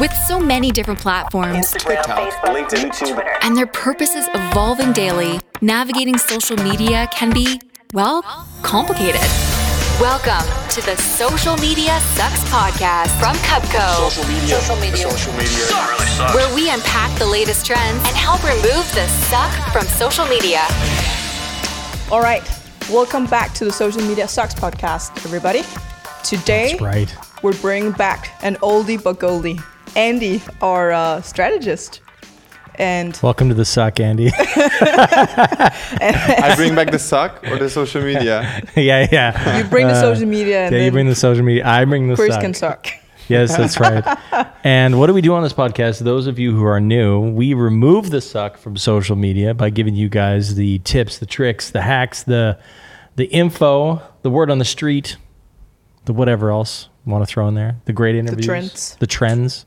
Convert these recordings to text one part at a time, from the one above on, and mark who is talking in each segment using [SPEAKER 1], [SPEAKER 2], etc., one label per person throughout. [SPEAKER 1] With so many different platforms
[SPEAKER 2] Instagram,
[SPEAKER 3] TikTok,
[SPEAKER 2] Facebook,
[SPEAKER 3] LinkedIn,
[SPEAKER 2] YouTube,
[SPEAKER 3] YouTube.
[SPEAKER 2] Twitter.
[SPEAKER 1] and their purposes evolving daily, navigating social media can be, well, complicated. Welcome to the Social Media Sucks Podcast from Cubco.
[SPEAKER 3] Social media.
[SPEAKER 2] Social media.
[SPEAKER 3] Social media.
[SPEAKER 1] where we unpack the latest trends and help remove the suck from social media.
[SPEAKER 4] All right, welcome back to the Social Media Sucks podcast, everybody. Today,
[SPEAKER 5] Right.
[SPEAKER 4] we're bringing back an oldie but goldie, Andy, our uh, strategist. And
[SPEAKER 5] Welcome to the suck, Andy.
[SPEAKER 6] I bring back the suck or the social media.
[SPEAKER 5] yeah, yeah.
[SPEAKER 4] you bring the social media, and
[SPEAKER 5] yeah, you
[SPEAKER 4] then
[SPEAKER 5] bring the social media. I bring the
[SPEAKER 4] Chris
[SPEAKER 5] suck.
[SPEAKER 4] can suck.
[SPEAKER 5] Yes, that's right. and what do we do on this podcast? Those of you who are new, we remove the suck from social media by giving you guys the tips, the tricks, the hacks, the the info, the word on the street, the whatever else you want to throw in there, the great interviews,
[SPEAKER 4] trends.
[SPEAKER 5] the trends.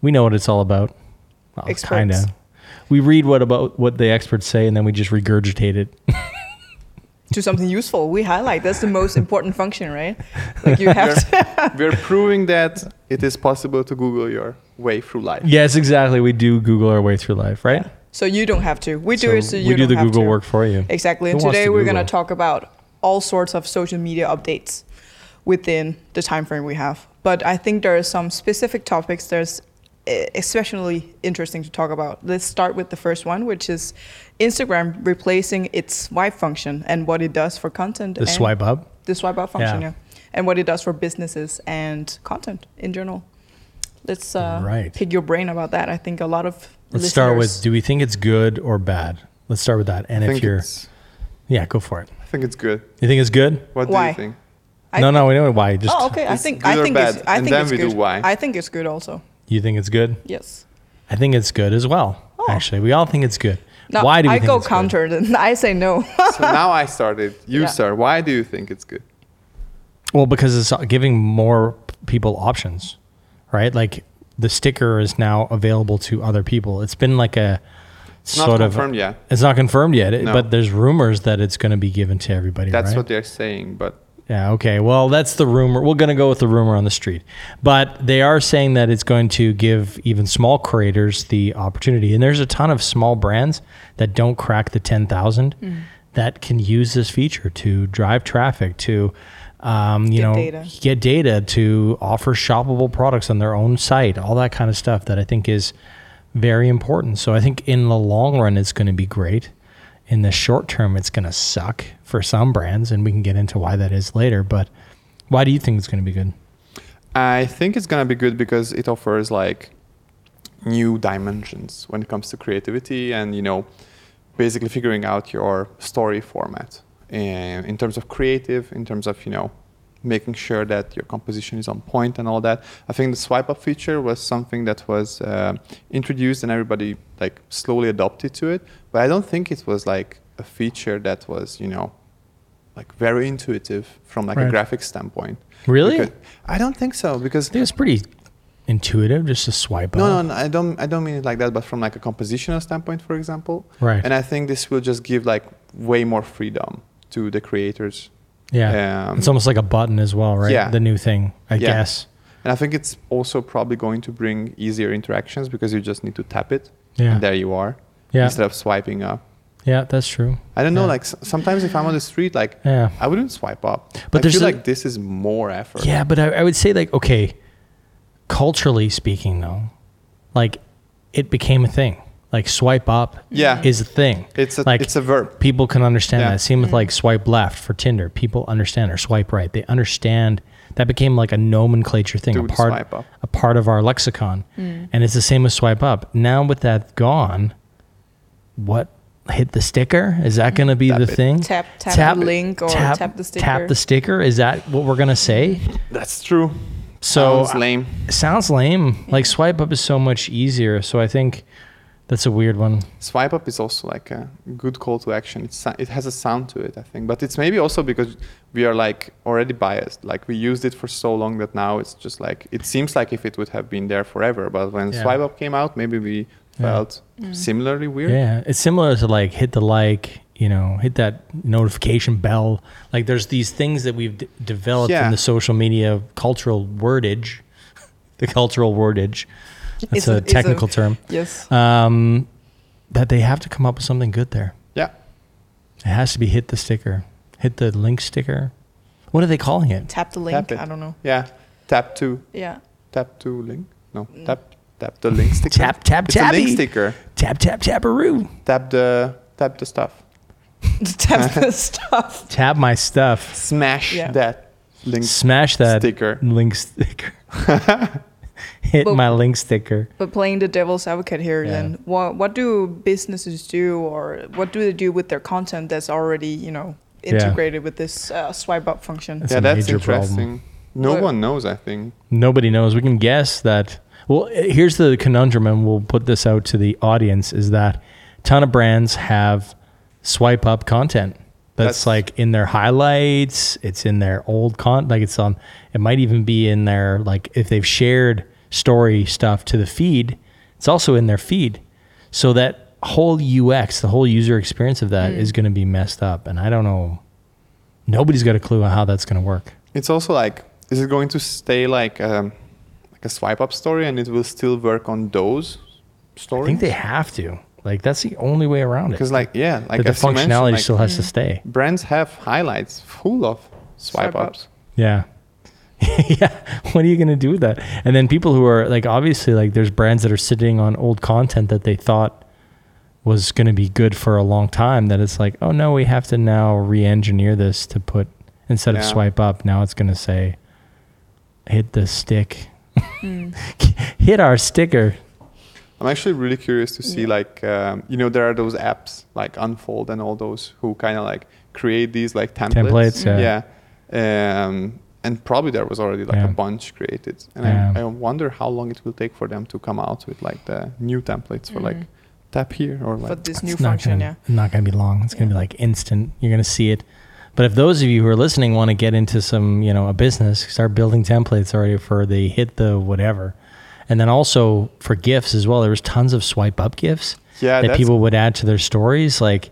[SPEAKER 5] We know what it's all about. Well,
[SPEAKER 4] Experts.
[SPEAKER 5] Kinda. We read what about what the experts say, and then we just regurgitate it.
[SPEAKER 4] Do something useful. We highlight that's the most important function, right? Like you have to.
[SPEAKER 6] We're proving that it is possible to Google your way through life.
[SPEAKER 5] Yes, exactly. We do Google our way through life, right?
[SPEAKER 4] So you don't have to. We do it so
[SPEAKER 5] we
[SPEAKER 4] you
[SPEAKER 5] do
[SPEAKER 4] don't
[SPEAKER 5] the
[SPEAKER 4] have
[SPEAKER 5] Google
[SPEAKER 4] to.
[SPEAKER 5] work for you.
[SPEAKER 4] Exactly.
[SPEAKER 5] Who
[SPEAKER 4] And
[SPEAKER 5] wants
[SPEAKER 4] today
[SPEAKER 5] to
[SPEAKER 4] we're going to
[SPEAKER 5] Google?
[SPEAKER 4] talk about all sorts of social media updates within the time frame we have. But I think there are some specific topics that's eh, especially interesting to talk about. Let's start with the first one, which is Instagram replacing its swipe function and what it does for content.
[SPEAKER 5] The
[SPEAKER 4] and
[SPEAKER 5] swipe up.
[SPEAKER 4] The swipe up function, yeah.
[SPEAKER 5] Yeah.
[SPEAKER 4] And what it does for businesses and content in general. Let's uh,
[SPEAKER 5] Right.
[SPEAKER 4] pick your brain about that. I think a lot of
[SPEAKER 5] Let's start with
[SPEAKER 4] listeners-
[SPEAKER 5] do we think it's good or bad? Let's start with that. And
[SPEAKER 6] I
[SPEAKER 5] if
[SPEAKER 6] think,
[SPEAKER 5] you're
[SPEAKER 6] it's,
[SPEAKER 5] yeah, go for it.
[SPEAKER 6] I think it's good.
[SPEAKER 5] You think it's good?
[SPEAKER 6] What do
[SPEAKER 4] Why?
[SPEAKER 6] you think?
[SPEAKER 4] I
[SPEAKER 5] no,
[SPEAKER 4] think-
[SPEAKER 5] no, we know why. Just
[SPEAKER 4] Oh, okay. I
[SPEAKER 6] It's
[SPEAKER 4] think
[SPEAKER 6] good
[SPEAKER 4] I
[SPEAKER 6] or
[SPEAKER 4] think it's
[SPEAKER 6] bad,
[SPEAKER 4] I
[SPEAKER 6] and
[SPEAKER 4] think
[SPEAKER 6] then
[SPEAKER 4] it's
[SPEAKER 6] we do
[SPEAKER 4] good.
[SPEAKER 6] why.
[SPEAKER 4] I think it's good also.
[SPEAKER 5] you think it's good?
[SPEAKER 4] Yes.
[SPEAKER 5] I think it's good as well. Actually, we all think it's good.
[SPEAKER 4] Oh. No,
[SPEAKER 5] why do we
[SPEAKER 4] I
[SPEAKER 5] think
[SPEAKER 4] go
[SPEAKER 5] it's good?
[SPEAKER 4] counter and I say no.
[SPEAKER 6] So now I started. You
[SPEAKER 4] Yeah.
[SPEAKER 6] start. Why do you think it's good?
[SPEAKER 5] Well, because it's giving more people options, right? Like the sticker is now available to other people. It's been like a
[SPEAKER 6] not
[SPEAKER 5] sort
[SPEAKER 6] confirmed
[SPEAKER 5] of
[SPEAKER 6] yet.
[SPEAKER 5] It's not confirmed yet, it-
[SPEAKER 6] No.
[SPEAKER 5] but there's rumors that it's going to be given to everybody.
[SPEAKER 6] That's
[SPEAKER 5] right?
[SPEAKER 6] what they're saying. But
[SPEAKER 5] Yeah, okay. Well, that's the rumor. We're going to go with the rumor on the street. But they are saying that it's going to give even small creators the opportunity. And there's a ton of small brands that don't crack the 10,000
[SPEAKER 4] Mm.
[SPEAKER 5] that can use this feature to drive traffic, to, um, you
[SPEAKER 4] Get
[SPEAKER 5] know,
[SPEAKER 4] data.
[SPEAKER 5] get data, to offer shoppable products on their own site, all that kind of stuff that I think is very important. So I think in the long run, it's going to be great. In the short term, it's going to suck for some brands, and we can get into why that is later. But why do you think it's going to be good?
[SPEAKER 6] I think it's gonna be good because it offers like new dimensions when it comes to creativity and you know basically figuring out your story format eh, in, in terms of creative in terms of you know making sure that your composition is on point and all that i think the swipe up feature was something that was uh, introduced and everybody like slowly adopted to it but i don't think it was like a feature that was you know like very intuitive from like a
[SPEAKER 5] Right.
[SPEAKER 6] graphic standpoint
[SPEAKER 5] Really?
[SPEAKER 6] Because- i don't think so because
[SPEAKER 5] I think it's pretty intuitive, just to swipe
[SPEAKER 6] no,
[SPEAKER 5] up.
[SPEAKER 6] no, no, I don't. I don't mean it like that. But from like a compositional standpoint, for example.
[SPEAKER 5] Right.
[SPEAKER 6] And I think this will just give like way more freedom to the creators.
[SPEAKER 5] Yeah,
[SPEAKER 6] Um,
[SPEAKER 5] it's almost like a button as well, right?
[SPEAKER 6] Yeah.
[SPEAKER 5] the new thing, I
[SPEAKER 6] Yeah.
[SPEAKER 5] guess.
[SPEAKER 6] And I think it's also probably going to bring easier interactions because you just need to tap it.
[SPEAKER 5] Yeah.
[SPEAKER 6] And there you are.
[SPEAKER 5] Yeah.
[SPEAKER 6] Instead of swiping up.
[SPEAKER 5] Yeah, that's true.
[SPEAKER 6] I don't know.
[SPEAKER 5] Yeah.
[SPEAKER 6] Like s- sometimes if I'm on the street, like
[SPEAKER 5] Yeah.
[SPEAKER 6] I wouldn't swipe up.
[SPEAKER 5] But
[SPEAKER 6] I
[SPEAKER 5] there's
[SPEAKER 6] feel
[SPEAKER 5] a-
[SPEAKER 6] like this is more effort.
[SPEAKER 5] Yeah, but I, I would say like okay, culturally speaking, though, like it became a thing. Like swipe up,
[SPEAKER 6] Yeah.
[SPEAKER 5] is a thing.
[SPEAKER 6] It's a
[SPEAKER 5] like
[SPEAKER 6] it's a verb.
[SPEAKER 5] people can understand
[SPEAKER 6] Yeah.
[SPEAKER 5] that. Same
[SPEAKER 4] Mm-hmm.
[SPEAKER 5] with like swipe left for Tinder. People understand or swipe right. They understand that became like a nomenclature thing,
[SPEAKER 6] Do
[SPEAKER 5] a
[SPEAKER 6] the
[SPEAKER 5] part
[SPEAKER 6] swipe up.
[SPEAKER 5] a part of our lexicon.
[SPEAKER 4] Mm.
[SPEAKER 5] And it's the same as swipe up. Now with that gone, what hit the sticker? Is that going to be
[SPEAKER 6] Tap
[SPEAKER 5] the
[SPEAKER 6] it.
[SPEAKER 5] thing?
[SPEAKER 4] Tap- tap the link or tap the sticker.
[SPEAKER 5] Tap the sticker. Is that what we're going to say?
[SPEAKER 6] That's true.
[SPEAKER 5] So
[SPEAKER 6] Sounds lame.
[SPEAKER 5] it sounds lame. Like swipe up is so much easier. So I think that's a weird one.
[SPEAKER 6] Swipe up is also like a good call to action. It's, sou- it has a sound to it, I think. But it's maybe also because we are like already biased. Like we used it for so long that now it's just like it seems like if it would have been there forever. But when
[SPEAKER 5] Yeah.
[SPEAKER 6] swipe up came out, maybe we felt similarly weird.
[SPEAKER 5] Yeah, it's similar to like hit the like, you know, hit that notification bell. Like there's these things that we've d- developed
[SPEAKER 6] Yeah.
[SPEAKER 5] in the social media cultural wordage the cultural wordage. That's
[SPEAKER 4] It's a-
[SPEAKER 5] a
[SPEAKER 4] it's a-
[SPEAKER 5] technical term.
[SPEAKER 4] Yes.
[SPEAKER 5] Um, that they have to come up with something good there.
[SPEAKER 6] Yeah.
[SPEAKER 5] It has to be hit the sticker, hit the link sticker. What are they calling it?
[SPEAKER 4] Tap the
[SPEAKER 6] Tap
[SPEAKER 4] link.
[SPEAKER 6] it.
[SPEAKER 4] I don't know.
[SPEAKER 6] Yeah. Tap to
[SPEAKER 4] Yeah.
[SPEAKER 6] tap to link. No. Tap tap the link sticker.
[SPEAKER 5] Tap, tap,
[SPEAKER 6] it's a link
[SPEAKER 5] tappy.
[SPEAKER 6] sticker.
[SPEAKER 5] Tap tap taparoo.
[SPEAKER 6] Tap the tap the stuff.
[SPEAKER 4] Tap the stuff.
[SPEAKER 5] Tap my stuff.
[SPEAKER 6] Smash
[SPEAKER 4] Yeah.
[SPEAKER 6] that link.
[SPEAKER 5] Smash that
[SPEAKER 6] Sticker.
[SPEAKER 5] Link sticker. hit
[SPEAKER 4] But-
[SPEAKER 5] my link sticker.
[SPEAKER 4] But playing the devil's advocate here,
[SPEAKER 5] Yeah.
[SPEAKER 4] then what what do businesses do, or what do they do with their content that's already you know
[SPEAKER 5] Yeah.
[SPEAKER 4] integrated with this uh, swipe up function?
[SPEAKER 5] That's
[SPEAKER 6] yeah,
[SPEAKER 5] a
[SPEAKER 6] that's
[SPEAKER 5] major problem.
[SPEAKER 6] interesting. No
[SPEAKER 4] But-
[SPEAKER 6] one knows. I think.
[SPEAKER 5] Nobody knows. We can guess that. Well, here's the conundrum, and we'll put this out to the audience: is that ton of brands have swipe up content. That's,
[SPEAKER 6] That's-
[SPEAKER 5] like in their highlights. It's in their old con. Like it's on. It might even be in their like if they've shared story stuff to the feed. It's also in their feed. So that whole UX, the whole user experience of that, is going to be messed up. And I don't know. Nobody's got a clue on how that's going to work.
[SPEAKER 6] It's also like, is it going to stay like um, like a swipe up story, and it will still work on those stories?
[SPEAKER 5] I think they have to. Like that's the only way around it.
[SPEAKER 6] because like yeah, like
[SPEAKER 5] That the
[SPEAKER 6] as you mentioned,
[SPEAKER 5] functionality
[SPEAKER 6] like,
[SPEAKER 5] still has to stay.
[SPEAKER 6] brands have highlights full of swipe,
[SPEAKER 4] Swipe
[SPEAKER 6] ups.
[SPEAKER 5] Yeah. yeah. What are you going to do with that? And then people who are like, obviously, like there's brands that are sitting on old content that they thought was going to be good for a long time that it's like, oh no, we have to now re engineer this to put, instead of
[SPEAKER 6] Yeah.
[SPEAKER 5] swipe up, now it's going to say, hit the stick, hit our sticker.
[SPEAKER 6] I'm actually really curious to see like um, you know there are those apps like Unfold and all those who kind of like create these like templates.
[SPEAKER 5] Templates, yeah.
[SPEAKER 6] Yeah. Um, and probably there was already like
[SPEAKER 5] Yeah.
[SPEAKER 6] a bunch created, and
[SPEAKER 5] Yeah.
[SPEAKER 6] I, I wonder how long it will take for them to come out with like the new templates for like tap here or
[SPEAKER 4] For
[SPEAKER 6] like
[SPEAKER 4] this new
[SPEAKER 5] It's not
[SPEAKER 4] function,
[SPEAKER 5] gonna, Not going to be long. It's going to be like instant. You're going to see it. But if those of you who are listening want to get into some, you know, a business, start building templates already for the hit the whatever. And then also for gifts as well. There was tons of swipe up gifts
[SPEAKER 6] Yeah,
[SPEAKER 5] that
[SPEAKER 6] that's-
[SPEAKER 5] people would add to their stories. Like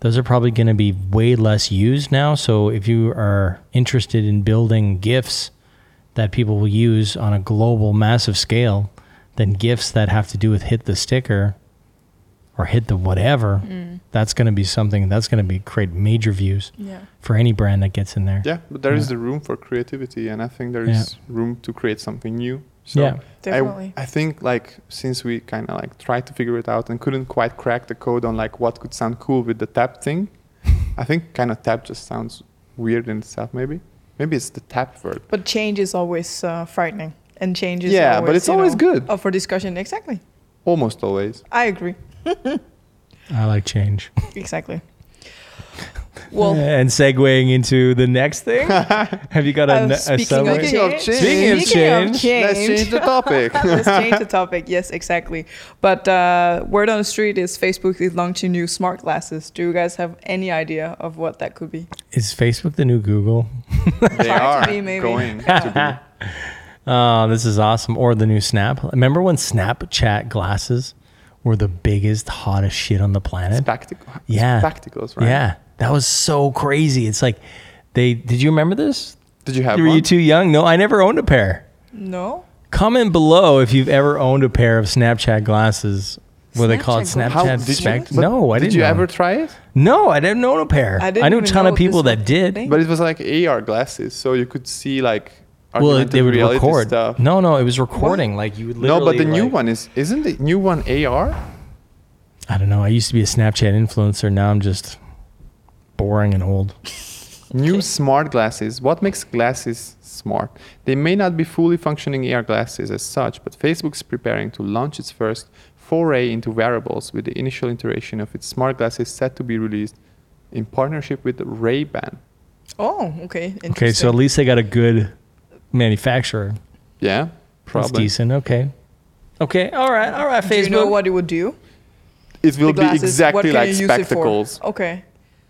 [SPEAKER 5] those are probably going to be way less used now. So if you are interested in building gifts that people will use on a global massive scale, then gifts that have to do with hit the sticker or hit the whatever,
[SPEAKER 4] Mm.
[SPEAKER 5] that's going to be something that's going to be create major views
[SPEAKER 4] yeah. Yeah.
[SPEAKER 5] for any brand that gets in there.
[SPEAKER 6] yeah, but there is
[SPEAKER 5] Yeah.
[SPEAKER 6] the room for creativity, and I think there
[SPEAKER 5] Yeah.
[SPEAKER 6] is room to create something new. So
[SPEAKER 5] Yeah.
[SPEAKER 6] I-
[SPEAKER 4] Definitely.
[SPEAKER 6] I, think like since we kind of like tried to figure it out and couldn't quite crack the code on like what could sound cool with the tap thing, I think kind of tap just sounds weird in itself. Maybe maybe it's the tap word.
[SPEAKER 4] But change is always uh, frightening, and change is
[SPEAKER 6] Yeah,
[SPEAKER 4] always,
[SPEAKER 6] but it's
[SPEAKER 4] you
[SPEAKER 6] always
[SPEAKER 4] know,
[SPEAKER 6] good.
[SPEAKER 4] up for discussion. Exactly,
[SPEAKER 6] Almost always.
[SPEAKER 4] I agree.
[SPEAKER 5] I like change.
[SPEAKER 4] Exactly. Well, uh,
[SPEAKER 5] and segueing into the next thing, have you got a,
[SPEAKER 4] uh,
[SPEAKER 5] ne- a
[SPEAKER 4] speaking,
[SPEAKER 5] summary?
[SPEAKER 4] of
[SPEAKER 6] Speaking of
[SPEAKER 4] change,
[SPEAKER 6] change-
[SPEAKER 5] Speaking of change,
[SPEAKER 6] Let's change the topic.
[SPEAKER 4] Let's change the topic. Yes, exactly. But uh, word on the street is Facebook is launching new smart glasses. Do you guys have any idea of what that could be?
[SPEAKER 5] Is Facebook the new Google?
[SPEAKER 6] they
[SPEAKER 4] Try to
[SPEAKER 6] are
[SPEAKER 4] be, maybe.
[SPEAKER 6] going to
[SPEAKER 5] Oh, this is awesome. Or the new Snap. Remember when Snapchat glasses were the biggest, hottest shit on the
[SPEAKER 6] be
[SPEAKER 5] planet?
[SPEAKER 6] spectac-
[SPEAKER 5] Yeah.
[SPEAKER 6] spectacles, right?
[SPEAKER 5] Yeah. That was so crazy. It's like they did you remember this?
[SPEAKER 6] Did you have
[SPEAKER 5] Were
[SPEAKER 6] one?
[SPEAKER 5] you too young? No, I never owned a pair.
[SPEAKER 4] No.
[SPEAKER 5] Comment below if you've ever owned a pair of Snapchat glasses. What they call it,
[SPEAKER 1] Snapchat
[SPEAKER 5] Snapchat
[SPEAKER 1] glasses?
[SPEAKER 6] How did
[SPEAKER 5] spec?
[SPEAKER 6] you? but
[SPEAKER 5] No, I
[SPEAKER 6] did
[SPEAKER 5] didn't.
[SPEAKER 6] you
[SPEAKER 5] own
[SPEAKER 6] ever
[SPEAKER 5] it.
[SPEAKER 6] try it?
[SPEAKER 5] no, I didn't own a pair.
[SPEAKER 4] I
[SPEAKER 5] I,
[SPEAKER 4] didn't
[SPEAKER 5] knew a
[SPEAKER 4] even
[SPEAKER 5] ton
[SPEAKER 4] know
[SPEAKER 5] of people
[SPEAKER 4] this was
[SPEAKER 5] that
[SPEAKER 4] a
[SPEAKER 5] did.
[SPEAKER 4] thing.
[SPEAKER 6] But it was like AR glasses, so you could see like
[SPEAKER 5] Well,
[SPEAKER 6] augmented
[SPEAKER 5] they would
[SPEAKER 6] reality
[SPEAKER 5] record.
[SPEAKER 6] stuff.
[SPEAKER 5] No, no, it was recording. Like you would literally.
[SPEAKER 6] no, but the new
[SPEAKER 5] like-
[SPEAKER 6] one is isn't the new one AR?
[SPEAKER 5] I don't know. I used to be a Snapchat influencer. Now I'm just boring and old.
[SPEAKER 6] New smart glasses. What makes glasses smart? They may not be fully functioning AR glasses as such, but Facebook's preparing to launch its first foray into wearables with the initial iteration of its smart glasses set to be released in partnership with Ray-Ban.
[SPEAKER 4] Oh, okay. Interesting.
[SPEAKER 5] Okay, so at least they got a good manufacturer.
[SPEAKER 6] Yeah,
[SPEAKER 5] That's
[SPEAKER 6] probably.
[SPEAKER 5] decent. Okay. Okay. All right. All right.
[SPEAKER 4] do
[SPEAKER 5] Facebook.
[SPEAKER 4] you know what it would do?
[SPEAKER 6] It will
[SPEAKER 4] The
[SPEAKER 6] be
[SPEAKER 4] glasses, what
[SPEAKER 6] exactly
[SPEAKER 4] can
[SPEAKER 6] like
[SPEAKER 4] you use it for?
[SPEAKER 6] spectacles.
[SPEAKER 4] Okay.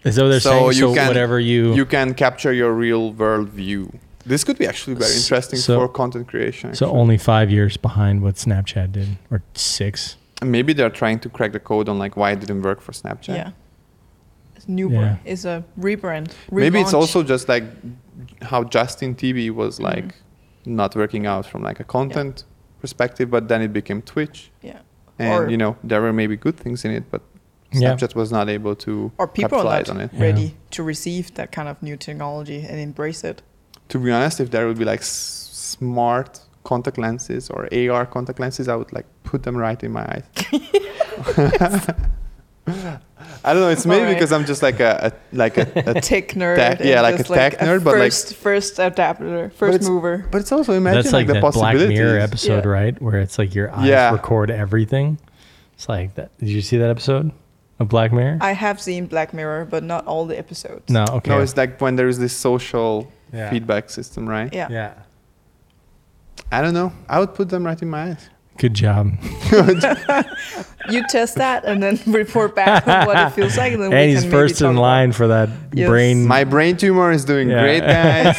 [SPEAKER 5] Is that what they're saying? so whatever you,
[SPEAKER 6] you can capture your real world view. This could be actually very
[SPEAKER 5] S-
[SPEAKER 6] interesting
[SPEAKER 5] so-
[SPEAKER 6] for content creation.
[SPEAKER 5] so
[SPEAKER 6] actually.
[SPEAKER 5] only five years behind what Snapchat did, or six.
[SPEAKER 6] And maybe they're trying to crack the code on like why it didn't work for Snapchat.
[SPEAKER 4] Yeah. It's new
[SPEAKER 5] Yeah.
[SPEAKER 4] brand. It's a rebrand.
[SPEAKER 6] Maybe it's
[SPEAKER 4] relaunch. Mm-hmm.
[SPEAKER 6] also just like how Justin TV was like not working out from like a content perspective, but then it became Twitch,
[SPEAKER 4] Yeah.
[SPEAKER 6] and
[SPEAKER 4] or,
[SPEAKER 6] you know there were maybe good things in it, but
[SPEAKER 5] Yeah.
[SPEAKER 6] Snapchat was not able to
[SPEAKER 4] or people are
[SPEAKER 6] capitalize
[SPEAKER 4] not
[SPEAKER 6] on it.
[SPEAKER 5] Yeah.
[SPEAKER 4] ready to receive that kind of new technology and embrace it.
[SPEAKER 6] To be honest, if there would be like s- smart contact lenses or AR contact lenses, I would like put them right in my eyes. I don't know. It's maybe
[SPEAKER 4] Alright.
[SPEAKER 6] because I'm just like a, a like a, a
[SPEAKER 4] Tech nerd.
[SPEAKER 6] Tech-
[SPEAKER 4] and
[SPEAKER 6] yeah, like a
[SPEAKER 4] just
[SPEAKER 6] tech nerd, but, like-
[SPEAKER 4] first, first adapter, first
[SPEAKER 6] it's-
[SPEAKER 4] mover.
[SPEAKER 6] But it's also imagine
[SPEAKER 5] That's like,
[SPEAKER 6] the
[SPEAKER 5] that Black
[SPEAKER 6] possibilities.
[SPEAKER 5] Mirror episode,
[SPEAKER 4] Yeah.
[SPEAKER 5] right? Where it's like your eyes
[SPEAKER 6] Yeah.
[SPEAKER 5] record everything. It's like that. Did you see that episode of Black Mirror?
[SPEAKER 4] I have seen Black Mirror, but not all the episodes.
[SPEAKER 5] no. Okay.
[SPEAKER 6] No, it's like when there is this social
[SPEAKER 5] Yeah.
[SPEAKER 6] feedback system, right?
[SPEAKER 4] Yeah.
[SPEAKER 5] yeah.
[SPEAKER 6] I don't know. I would put them right in my eyes.
[SPEAKER 5] Good job.
[SPEAKER 4] You test that and then report back on what it feels like. And, then
[SPEAKER 5] and
[SPEAKER 4] we
[SPEAKER 5] he's
[SPEAKER 4] can maybe
[SPEAKER 5] first in
[SPEAKER 4] talk about-
[SPEAKER 5] line for that
[SPEAKER 4] Yes.
[SPEAKER 5] brain.
[SPEAKER 6] My brain tumor is doing
[SPEAKER 5] Yeah.
[SPEAKER 6] great, guys.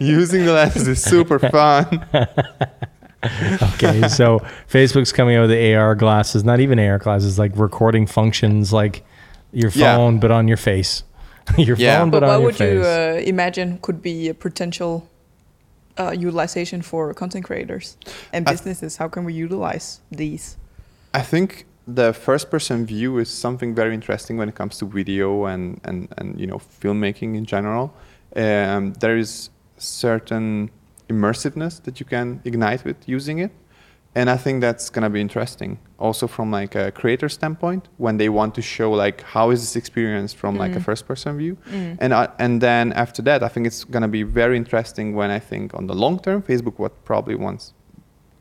[SPEAKER 6] Using the lens is super fun.
[SPEAKER 5] okay, so Facebook's coming out with the AR glasses, not even AR glasses, like recording functions like your
[SPEAKER 6] Yeah.
[SPEAKER 5] phone, but on your face. your
[SPEAKER 6] Yeah.
[SPEAKER 5] phone, but,
[SPEAKER 4] But what
[SPEAKER 5] on your
[SPEAKER 4] would
[SPEAKER 5] face.
[SPEAKER 4] you uh, imagine could be a potential uh, utilization for content creators and
[SPEAKER 6] I-
[SPEAKER 4] businesses? How can we utilize these?
[SPEAKER 6] I think the first person view is something very interesting when it comes to video and, and, and you know filmmaking in general. Um, there is certain immersiveness that you can ignite with using it. And I think that's gonna be interesting. Also from like a creator standpoint, when they want to show like how is this experience from like a first person view. And I and then after that I think it's gonna be very interesting when I think on the long term, Facebook what probably wants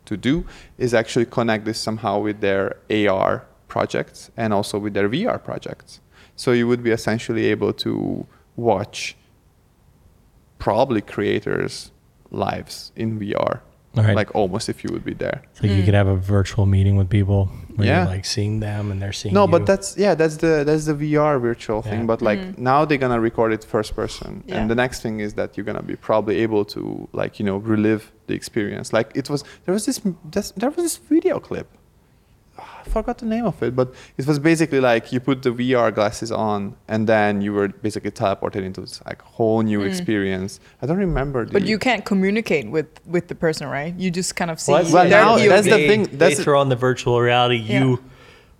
[SPEAKER 6] to do is actually connect this somehow with their AR projects and also with their VR projects. So you would be essentially able to watch probably creators' lives in VR,
[SPEAKER 5] All right.
[SPEAKER 6] like almost if you would be there.
[SPEAKER 5] like you could have a virtual meeting with people where
[SPEAKER 6] Yeah.
[SPEAKER 5] you're like seeing them and they're seeing
[SPEAKER 6] No,
[SPEAKER 5] you.
[SPEAKER 6] but that's yeah, that's the that's the VR virtual
[SPEAKER 5] Yeah.
[SPEAKER 6] thing. But like now they're gonna record it first person,
[SPEAKER 4] Mm-hmm. Yeah.
[SPEAKER 6] and the next thing is that you're gonna be probably able to like you know relive the experience. Like it was there was this this- there was this video clip. Ah, I forgot the name of it, but it was basically like you put the VR glasses on, and then you were basically teleported into this like whole new experience. I don't remember. the-
[SPEAKER 4] Mm. But you can't communicate with with the person, right? You just kind of see.
[SPEAKER 5] Well,
[SPEAKER 6] Well,
[SPEAKER 5] the
[SPEAKER 4] their
[SPEAKER 6] now
[SPEAKER 5] idea.
[SPEAKER 4] view.
[SPEAKER 6] that's the
[SPEAKER 5] They-
[SPEAKER 6] thing, that's
[SPEAKER 5] they
[SPEAKER 6] the-
[SPEAKER 5] throw on the virtual reality.
[SPEAKER 4] Yeah.
[SPEAKER 5] You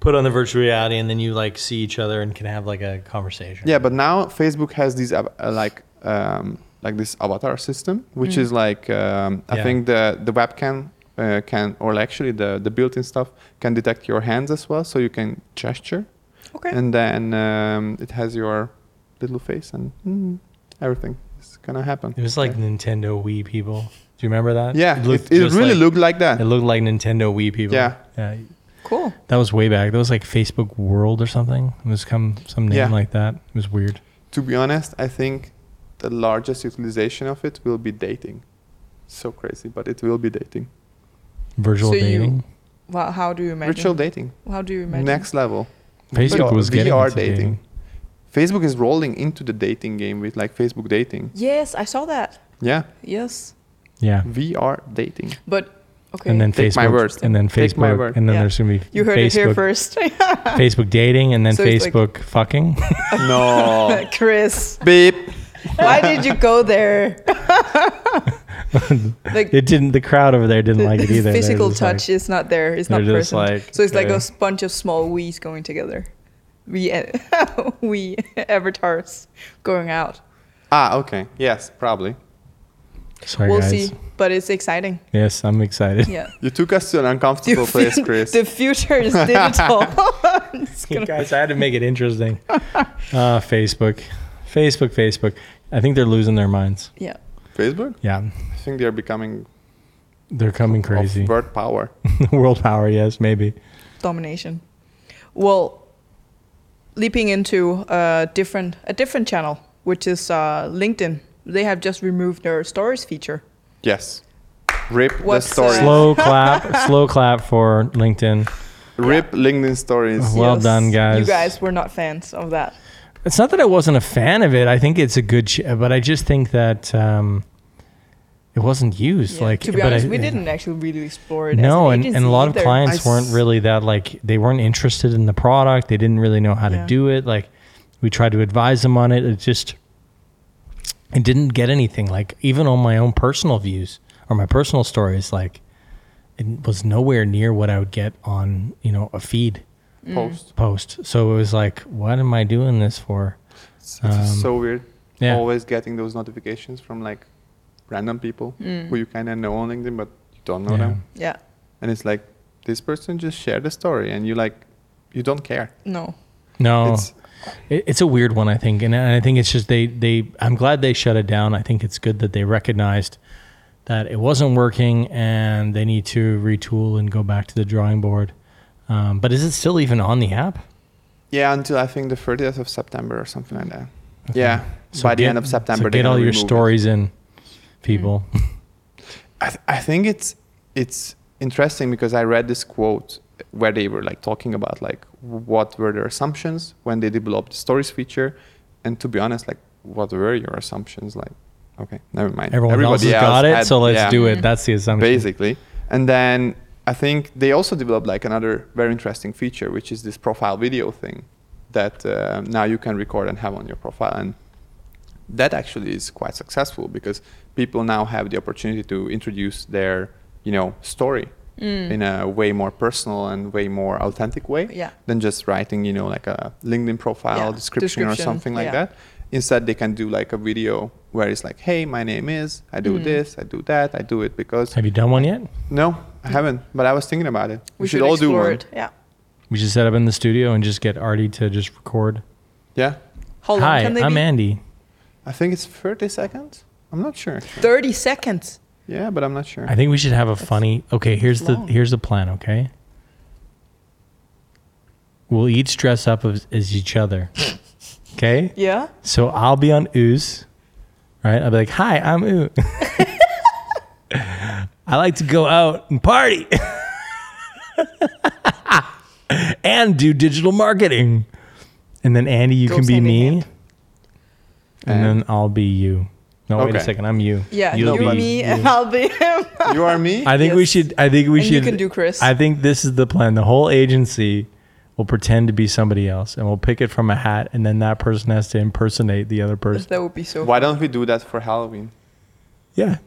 [SPEAKER 5] put on the virtual reality, and then you like see each other and can have like a conversation.
[SPEAKER 6] Yeah, but now Facebook has these av- uh, like um, like this avatar system, which is like um, I
[SPEAKER 5] Mm. Yeah.
[SPEAKER 6] think the the webcam uh, can or actually the the built-in stuff can detect your hands as well, so you can gesture,
[SPEAKER 4] okay.
[SPEAKER 6] and then um, it has your little face and mm, everything. It's gonna happen.
[SPEAKER 5] It was like Nintendo Wii people. Do you remember that?
[SPEAKER 6] yeah, it,
[SPEAKER 5] looked
[SPEAKER 6] it
[SPEAKER 5] just
[SPEAKER 6] really
[SPEAKER 5] like-
[SPEAKER 6] looked like that.
[SPEAKER 5] It looked like Nintendo Wii people.
[SPEAKER 6] Yeah.
[SPEAKER 5] Yeah.
[SPEAKER 4] cool.
[SPEAKER 5] That was way back. That was like Facebook World or something. It was come some name
[SPEAKER 6] Yeah.
[SPEAKER 5] like that. It was weird.
[SPEAKER 6] to be honest, I think the largest utilization of it will be dating. So crazy, but it will be dating.
[SPEAKER 5] Virtual
[SPEAKER 4] So you
[SPEAKER 5] dating.
[SPEAKER 4] Well, how do you imagine?
[SPEAKER 6] Virtual dating,
[SPEAKER 4] How do you imagine?
[SPEAKER 6] next level.
[SPEAKER 5] Facebook
[SPEAKER 6] VR
[SPEAKER 5] was getting
[SPEAKER 6] VR
[SPEAKER 5] into dating.
[SPEAKER 6] dating. Facebook is rolling into the dating game with like Facebook dating.
[SPEAKER 4] Yes, I saw that.
[SPEAKER 6] Yeah,
[SPEAKER 4] Yes,
[SPEAKER 5] Yeah.
[SPEAKER 6] VR dating.
[SPEAKER 4] but okay.
[SPEAKER 5] And then
[SPEAKER 6] Take
[SPEAKER 5] Facebook,
[SPEAKER 6] my word.
[SPEAKER 5] and then
[SPEAKER 6] Take my
[SPEAKER 5] Facebook,
[SPEAKER 6] word.
[SPEAKER 5] and then
[SPEAKER 4] Yeah.
[SPEAKER 5] there's gonna be
[SPEAKER 4] you heard
[SPEAKER 5] Facebook,
[SPEAKER 4] it here first,
[SPEAKER 5] Facebook dating, and then
[SPEAKER 4] So it's like-
[SPEAKER 5] Facebook fucking. Oh.
[SPEAKER 6] No.
[SPEAKER 4] Chris.
[SPEAKER 6] Beep.
[SPEAKER 4] Why did you go there? like
[SPEAKER 5] It didn't. The crowd over there didn't
[SPEAKER 4] the-
[SPEAKER 5] like it
[SPEAKER 4] the
[SPEAKER 5] either. They're
[SPEAKER 4] Physical
[SPEAKER 5] just like-
[SPEAKER 4] touch is not there. It's not
[SPEAKER 5] they're just
[SPEAKER 4] present.
[SPEAKER 5] like,
[SPEAKER 4] so it's like
[SPEAKER 5] okay.
[SPEAKER 4] a bunch of small we's going together. We we avatars going out.
[SPEAKER 6] Ah, okay. Yes, probably.
[SPEAKER 5] Sorry,
[SPEAKER 4] we'll
[SPEAKER 5] guys.
[SPEAKER 4] see, but it's exciting.
[SPEAKER 5] Yes, I'm excited.
[SPEAKER 4] Yeah.
[SPEAKER 6] You took us to an
[SPEAKER 4] The
[SPEAKER 6] uncomfortable
[SPEAKER 4] fu-
[SPEAKER 6] place, Chris.
[SPEAKER 4] The future is digital. It's
[SPEAKER 5] You
[SPEAKER 4] gonna-
[SPEAKER 5] guys, I had to make it interesting. Uh, Facebook, Facebook, Facebook. I think they're losing their minds.
[SPEAKER 4] yeah.
[SPEAKER 6] Facebook?
[SPEAKER 5] Yeah,
[SPEAKER 6] I think they are becoming
[SPEAKER 5] they're coming crazy.
[SPEAKER 6] of word power.
[SPEAKER 5] World power, yes, maybe.
[SPEAKER 4] domination. Well, leaping into a different a different channel, which is uh, LinkedIn. They have just removed their stories feature.
[SPEAKER 6] Yes. Rip
[SPEAKER 4] What's,
[SPEAKER 6] the stories.
[SPEAKER 4] uh,
[SPEAKER 5] Slow clap, slow clap for LinkedIn.
[SPEAKER 6] Rip LinkedIn stories.
[SPEAKER 5] Well done, guys.
[SPEAKER 4] You guys were not fans of that.
[SPEAKER 5] It's not that I wasn't a fan of it. I think it's a good, ch- but I just think that um, it wasn't used.
[SPEAKER 4] Yeah.
[SPEAKER 5] Like,
[SPEAKER 4] to be
[SPEAKER 5] but
[SPEAKER 4] honest,
[SPEAKER 5] I-
[SPEAKER 4] we didn't actually really explore it.
[SPEAKER 5] No,
[SPEAKER 4] as an
[SPEAKER 5] and, and a
[SPEAKER 4] agency
[SPEAKER 5] lot of
[SPEAKER 4] either.
[SPEAKER 5] clients
[SPEAKER 6] I
[SPEAKER 5] weren't
[SPEAKER 6] s-
[SPEAKER 5] really that like they weren't interested in the product. They didn't really know how
[SPEAKER 4] Yeah.
[SPEAKER 5] to do it. Like we tried to advise them on it. It just I didn't get anything. Like even on my own personal views or my personal stories, like it was nowhere near what I would get on you know a feed
[SPEAKER 4] Mm.
[SPEAKER 6] post.
[SPEAKER 5] post. So it was like, what am I doing this for?
[SPEAKER 6] It's, it's just
[SPEAKER 5] Um,
[SPEAKER 6] so weird.
[SPEAKER 5] yeah.
[SPEAKER 6] Always getting those notifications from like random people
[SPEAKER 4] Mm.
[SPEAKER 6] who you kind of know on LinkedIn, but you don't know
[SPEAKER 5] Yeah.
[SPEAKER 6] them.
[SPEAKER 4] Yeah.
[SPEAKER 6] And it's like, this person just shared the story and you like, you don't care.
[SPEAKER 4] No.
[SPEAKER 5] No,
[SPEAKER 6] It's-
[SPEAKER 5] it's, it, it's a weird one, I think, and, and I think it's just they they. I'm glad they shut it down. I think it's good that they recognized that it wasn't working and they need to retool and go back to the drawing board. Um, but is it still even on the app?
[SPEAKER 6] Yeah, until I think the 30th of September or something like that.
[SPEAKER 5] Okay.
[SPEAKER 6] Yeah,
[SPEAKER 5] So
[SPEAKER 6] by the
[SPEAKER 5] get-
[SPEAKER 6] end of September.
[SPEAKER 5] so
[SPEAKER 6] they're
[SPEAKER 5] get
[SPEAKER 6] gonna
[SPEAKER 5] all your
[SPEAKER 6] remove it. Mm-hmm.
[SPEAKER 5] stories in, people.
[SPEAKER 6] I, th- I think it's it's interesting because I read this quote where they were like talking about like what were their assumptions when they developed the stories feature, and to be honest, like what were your assumptions? Like, okay, never mind.
[SPEAKER 5] Everyone else
[SPEAKER 6] Everybody
[SPEAKER 5] has got it,
[SPEAKER 6] had-
[SPEAKER 5] so let's
[SPEAKER 6] yeah,
[SPEAKER 5] do it. That's the assumption.
[SPEAKER 6] Basically, and then I think they also developed like another very interesting feature, which is this profile video thing that uh, now you can record and have on your profile and that actually is quite successful because people now have the opportunity to introduce their you know story
[SPEAKER 4] Mm.
[SPEAKER 6] in a way more personal and way more authentic way
[SPEAKER 4] Yeah.
[SPEAKER 6] than just writing you know like a linkedin profile
[SPEAKER 4] Yeah,
[SPEAKER 6] description, or
[SPEAKER 4] description,
[SPEAKER 6] something like
[SPEAKER 4] yeah.
[SPEAKER 6] that instead they can do like a video where it's like hey my name is i do
[SPEAKER 4] Mm.
[SPEAKER 6] this i do that i do it because
[SPEAKER 5] Have you done one yet?
[SPEAKER 6] no i haven't but i was thinking about it
[SPEAKER 4] We, should,
[SPEAKER 6] all do
[SPEAKER 4] explore
[SPEAKER 6] one
[SPEAKER 4] it. Yeah.
[SPEAKER 5] We should set up in the studio and just get Artie to just record.
[SPEAKER 6] yeah
[SPEAKER 4] How long
[SPEAKER 5] Hi,
[SPEAKER 4] can they
[SPEAKER 5] I'm
[SPEAKER 4] be?
[SPEAKER 5] Andy.
[SPEAKER 6] i think it's 30 seconds i'm not sure actually.
[SPEAKER 4] 30 seconds.
[SPEAKER 6] yeah but i'm not sure
[SPEAKER 5] I think we should have a funny. Okay, here's the
[SPEAKER 4] long.
[SPEAKER 5] here's the plan. Okay, we'll each dress up as, as each other. Okay,
[SPEAKER 4] Yeah.
[SPEAKER 5] so I'll be on Ooze, right? I'll be like, "Hi, I'm Ooze. I like to go out and party and do digital marketing." And then Andy, you
[SPEAKER 4] Goes
[SPEAKER 5] can be
[SPEAKER 4] hand in
[SPEAKER 5] me,
[SPEAKER 4] hand.
[SPEAKER 5] and
[SPEAKER 6] And-
[SPEAKER 5] then I'll be you. No, wait a
[SPEAKER 6] Okay.
[SPEAKER 5] second, I'm you.
[SPEAKER 4] Yeah.
[SPEAKER 5] You'll
[SPEAKER 4] you
[SPEAKER 5] be
[SPEAKER 4] me,
[SPEAKER 5] you.
[SPEAKER 4] and I'll be him.
[SPEAKER 6] you are me
[SPEAKER 5] I think we
[SPEAKER 4] Yes.
[SPEAKER 5] should. I think we
[SPEAKER 4] And
[SPEAKER 5] should.
[SPEAKER 4] you can do Chris.
[SPEAKER 5] I think this is the plan. The whole agency will pretend to be somebody else, and we'll pick it from a hat, and then that person has to impersonate the other person.
[SPEAKER 4] that would be so.
[SPEAKER 6] Why don't we do that for Halloween?
[SPEAKER 5] Yeah,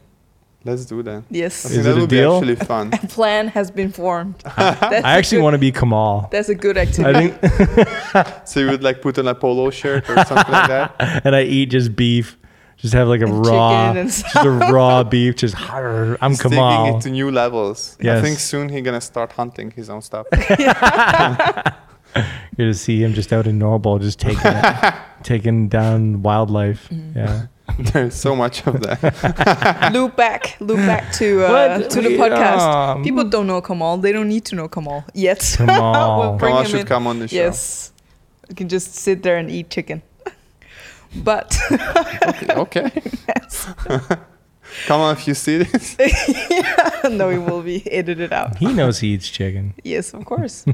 [SPEAKER 6] Let's do that.
[SPEAKER 4] Yes.
[SPEAKER 6] I think
[SPEAKER 5] Is
[SPEAKER 6] that
[SPEAKER 5] it a
[SPEAKER 6] would
[SPEAKER 5] deal?
[SPEAKER 6] be actually fun.
[SPEAKER 4] A plan has been formed. That's
[SPEAKER 5] I actually want to be Kamal.
[SPEAKER 4] That's a good
[SPEAKER 5] I
[SPEAKER 4] activity.
[SPEAKER 5] think,
[SPEAKER 6] so you would like put on a polo shirt or something like that.
[SPEAKER 5] and I eat just beef. Just have like a
[SPEAKER 4] And
[SPEAKER 5] raw,
[SPEAKER 4] chicken and
[SPEAKER 5] just a raw beef. Just "Arr, I'm
[SPEAKER 6] He's taking
[SPEAKER 5] Kamal.
[SPEAKER 6] it to new levels. I
[SPEAKER 5] Yes.
[SPEAKER 6] think soon he's gonna start hunting his own stuff.
[SPEAKER 5] You're to see him just out in Normal, just taking it, taking down wildlife.
[SPEAKER 4] Mm.
[SPEAKER 5] Yeah.
[SPEAKER 6] There's so much of that.
[SPEAKER 4] loop back, loop back to uh,
[SPEAKER 5] What?
[SPEAKER 4] to the
[SPEAKER 5] We-
[SPEAKER 4] podcast.
[SPEAKER 5] um,
[SPEAKER 4] People don't know Kamal. They don't need to know Kamal yet. We'll
[SPEAKER 5] Kamal.
[SPEAKER 4] bring
[SPEAKER 6] Kamal
[SPEAKER 4] him
[SPEAKER 6] should
[SPEAKER 4] in.
[SPEAKER 6] come on the show.
[SPEAKER 4] Yes, you can just sit there and eat chicken. but
[SPEAKER 6] Okay. come on, if you see this.
[SPEAKER 4] no, it will be edited out.
[SPEAKER 5] He knows he eats chicken.
[SPEAKER 4] Yes, of course.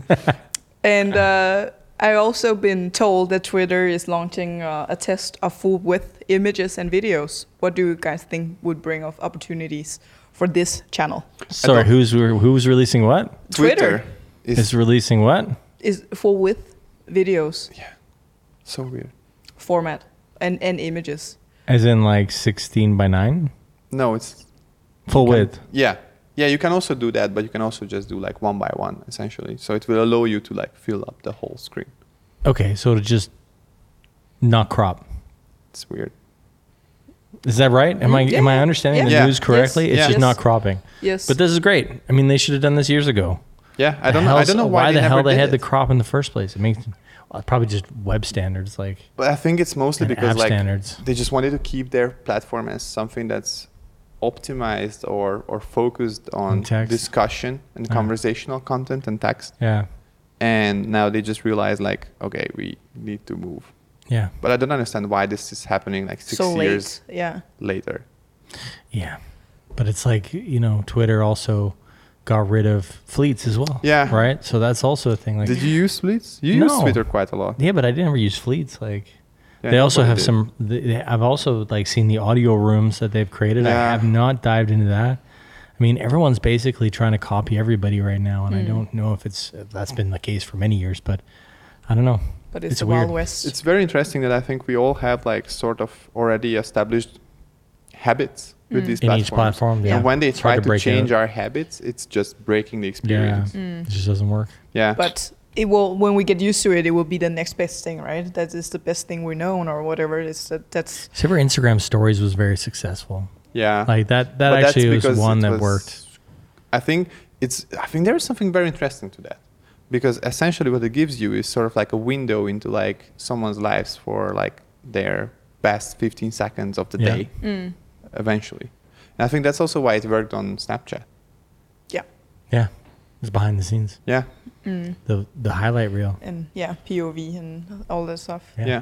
[SPEAKER 4] and uh, I also been told that Twitter is launching uh, a test of full width images and videos. What do you guys think would bring of opportunities for this channel?
[SPEAKER 5] Sorry,
[SPEAKER 6] don't-
[SPEAKER 5] who's who's releasing what?
[SPEAKER 4] Twitter.
[SPEAKER 6] is
[SPEAKER 5] Is releasing what?
[SPEAKER 4] Is full width videos
[SPEAKER 6] so weird.
[SPEAKER 4] format and, and images.
[SPEAKER 5] As in like 16 by 9?
[SPEAKER 6] No, it's
[SPEAKER 5] Full
[SPEAKER 6] can-
[SPEAKER 5] width.
[SPEAKER 6] yeah. Yeah, you can also do that, but you can also just do like one by one essentially. So it will allow you to like fill up the whole screen.
[SPEAKER 5] Okay, so to just not crop.
[SPEAKER 6] It's weird.
[SPEAKER 5] Is that right? Am I
[SPEAKER 4] Mm, yeah,
[SPEAKER 5] am I
[SPEAKER 4] yeah,
[SPEAKER 5] understanding
[SPEAKER 4] yeah.
[SPEAKER 5] the
[SPEAKER 6] Yeah.
[SPEAKER 5] news correctly?
[SPEAKER 6] Yes,
[SPEAKER 5] It's
[SPEAKER 6] yeah.
[SPEAKER 5] just
[SPEAKER 6] yes.
[SPEAKER 5] not cropping.
[SPEAKER 4] Yes.
[SPEAKER 5] But this is great. I mean, they should have done this years ago.
[SPEAKER 6] Yeah, I
[SPEAKER 5] The
[SPEAKER 6] don't know. I
[SPEAKER 5] hell's-
[SPEAKER 6] don't know why,
[SPEAKER 5] the
[SPEAKER 6] they
[SPEAKER 5] hell
[SPEAKER 6] never
[SPEAKER 5] they
[SPEAKER 6] did
[SPEAKER 5] had
[SPEAKER 6] it.
[SPEAKER 5] the crop in the first place. It makes well, probably just web standards. Like
[SPEAKER 6] But I think it's mostly
[SPEAKER 5] And
[SPEAKER 6] because
[SPEAKER 5] app
[SPEAKER 6] like
[SPEAKER 5] standards.
[SPEAKER 6] they just wanted to keep their platform as something that's optimized or or focused on
[SPEAKER 5] And text. Uh-huh.
[SPEAKER 6] discussion and
[SPEAKER 5] Yeah.
[SPEAKER 6] conversational content and text.
[SPEAKER 5] yeah,
[SPEAKER 6] And now they just realize like, okay, we need to move.
[SPEAKER 5] yeah,
[SPEAKER 6] But I don't understand why this is happening like six
[SPEAKER 4] so late.
[SPEAKER 6] years
[SPEAKER 4] Yeah.
[SPEAKER 6] later.
[SPEAKER 5] yeah. But it's like you know, Twitter also got rid of fleets as well.
[SPEAKER 6] Yeah.
[SPEAKER 5] Right. So that's also a thing. Like
[SPEAKER 6] Did you use Fleets? You use
[SPEAKER 5] No.
[SPEAKER 6] Twitter quite a lot.
[SPEAKER 5] Yeah, but I didn't use fleets. Like
[SPEAKER 6] Yeah,
[SPEAKER 5] they also
[SPEAKER 6] nobody
[SPEAKER 5] have
[SPEAKER 6] did.
[SPEAKER 5] some. They, they- I've also like seen the audio rooms that they've created. I
[SPEAKER 6] Yeah.
[SPEAKER 5] have not dived into that. I mean, everyone's basically trying to copy everybody right now, and
[SPEAKER 4] Hmm.
[SPEAKER 5] I don't know if it's if that's been the case for many years, but I don't know.
[SPEAKER 4] But it's,
[SPEAKER 5] It's
[SPEAKER 4] the
[SPEAKER 5] weird.
[SPEAKER 4] Wild West.
[SPEAKER 6] It's very interesting that I think we all have like sort of already established habits with these
[SPEAKER 5] In
[SPEAKER 6] platforms.
[SPEAKER 5] each platform, yeah.
[SPEAKER 6] And when they
[SPEAKER 5] It's hard
[SPEAKER 6] try
[SPEAKER 5] to
[SPEAKER 6] to,
[SPEAKER 5] break
[SPEAKER 6] change
[SPEAKER 5] out.
[SPEAKER 6] our habits, it's just breaking the
[SPEAKER 5] Yeah.
[SPEAKER 6] experience.
[SPEAKER 4] Hmm.
[SPEAKER 5] It just doesn't work.
[SPEAKER 6] Yeah.
[SPEAKER 4] But it will when we get used to it, it will be the next best thing, right? That is the best thing we know, or whatever. It's that that's
[SPEAKER 5] Except for Instagram stories was very successful.
[SPEAKER 6] yeah.
[SPEAKER 5] Like that that
[SPEAKER 6] But that's
[SPEAKER 5] actually was
[SPEAKER 6] because
[SPEAKER 5] one
[SPEAKER 6] it
[SPEAKER 5] that
[SPEAKER 6] was-
[SPEAKER 5] worked.
[SPEAKER 6] I think it's I think there is something very interesting to that because essentially what it gives you is sort of like a window into like someone's lives for like their best 15 seconds of the
[SPEAKER 5] Yeah.
[SPEAKER 6] day eventually. And I think that's also why it worked on Snapchat.
[SPEAKER 4] yeah,
[SPEAKER 5] Yeah. It was behind the scenes.
[SPEAKER 6] Yeah.
[SPEAKER 5] The the highlight reel.
[SPEAKER 4] and yeah, POV and all that stuff. Yeah,
[SPEAKER 5] Yeah.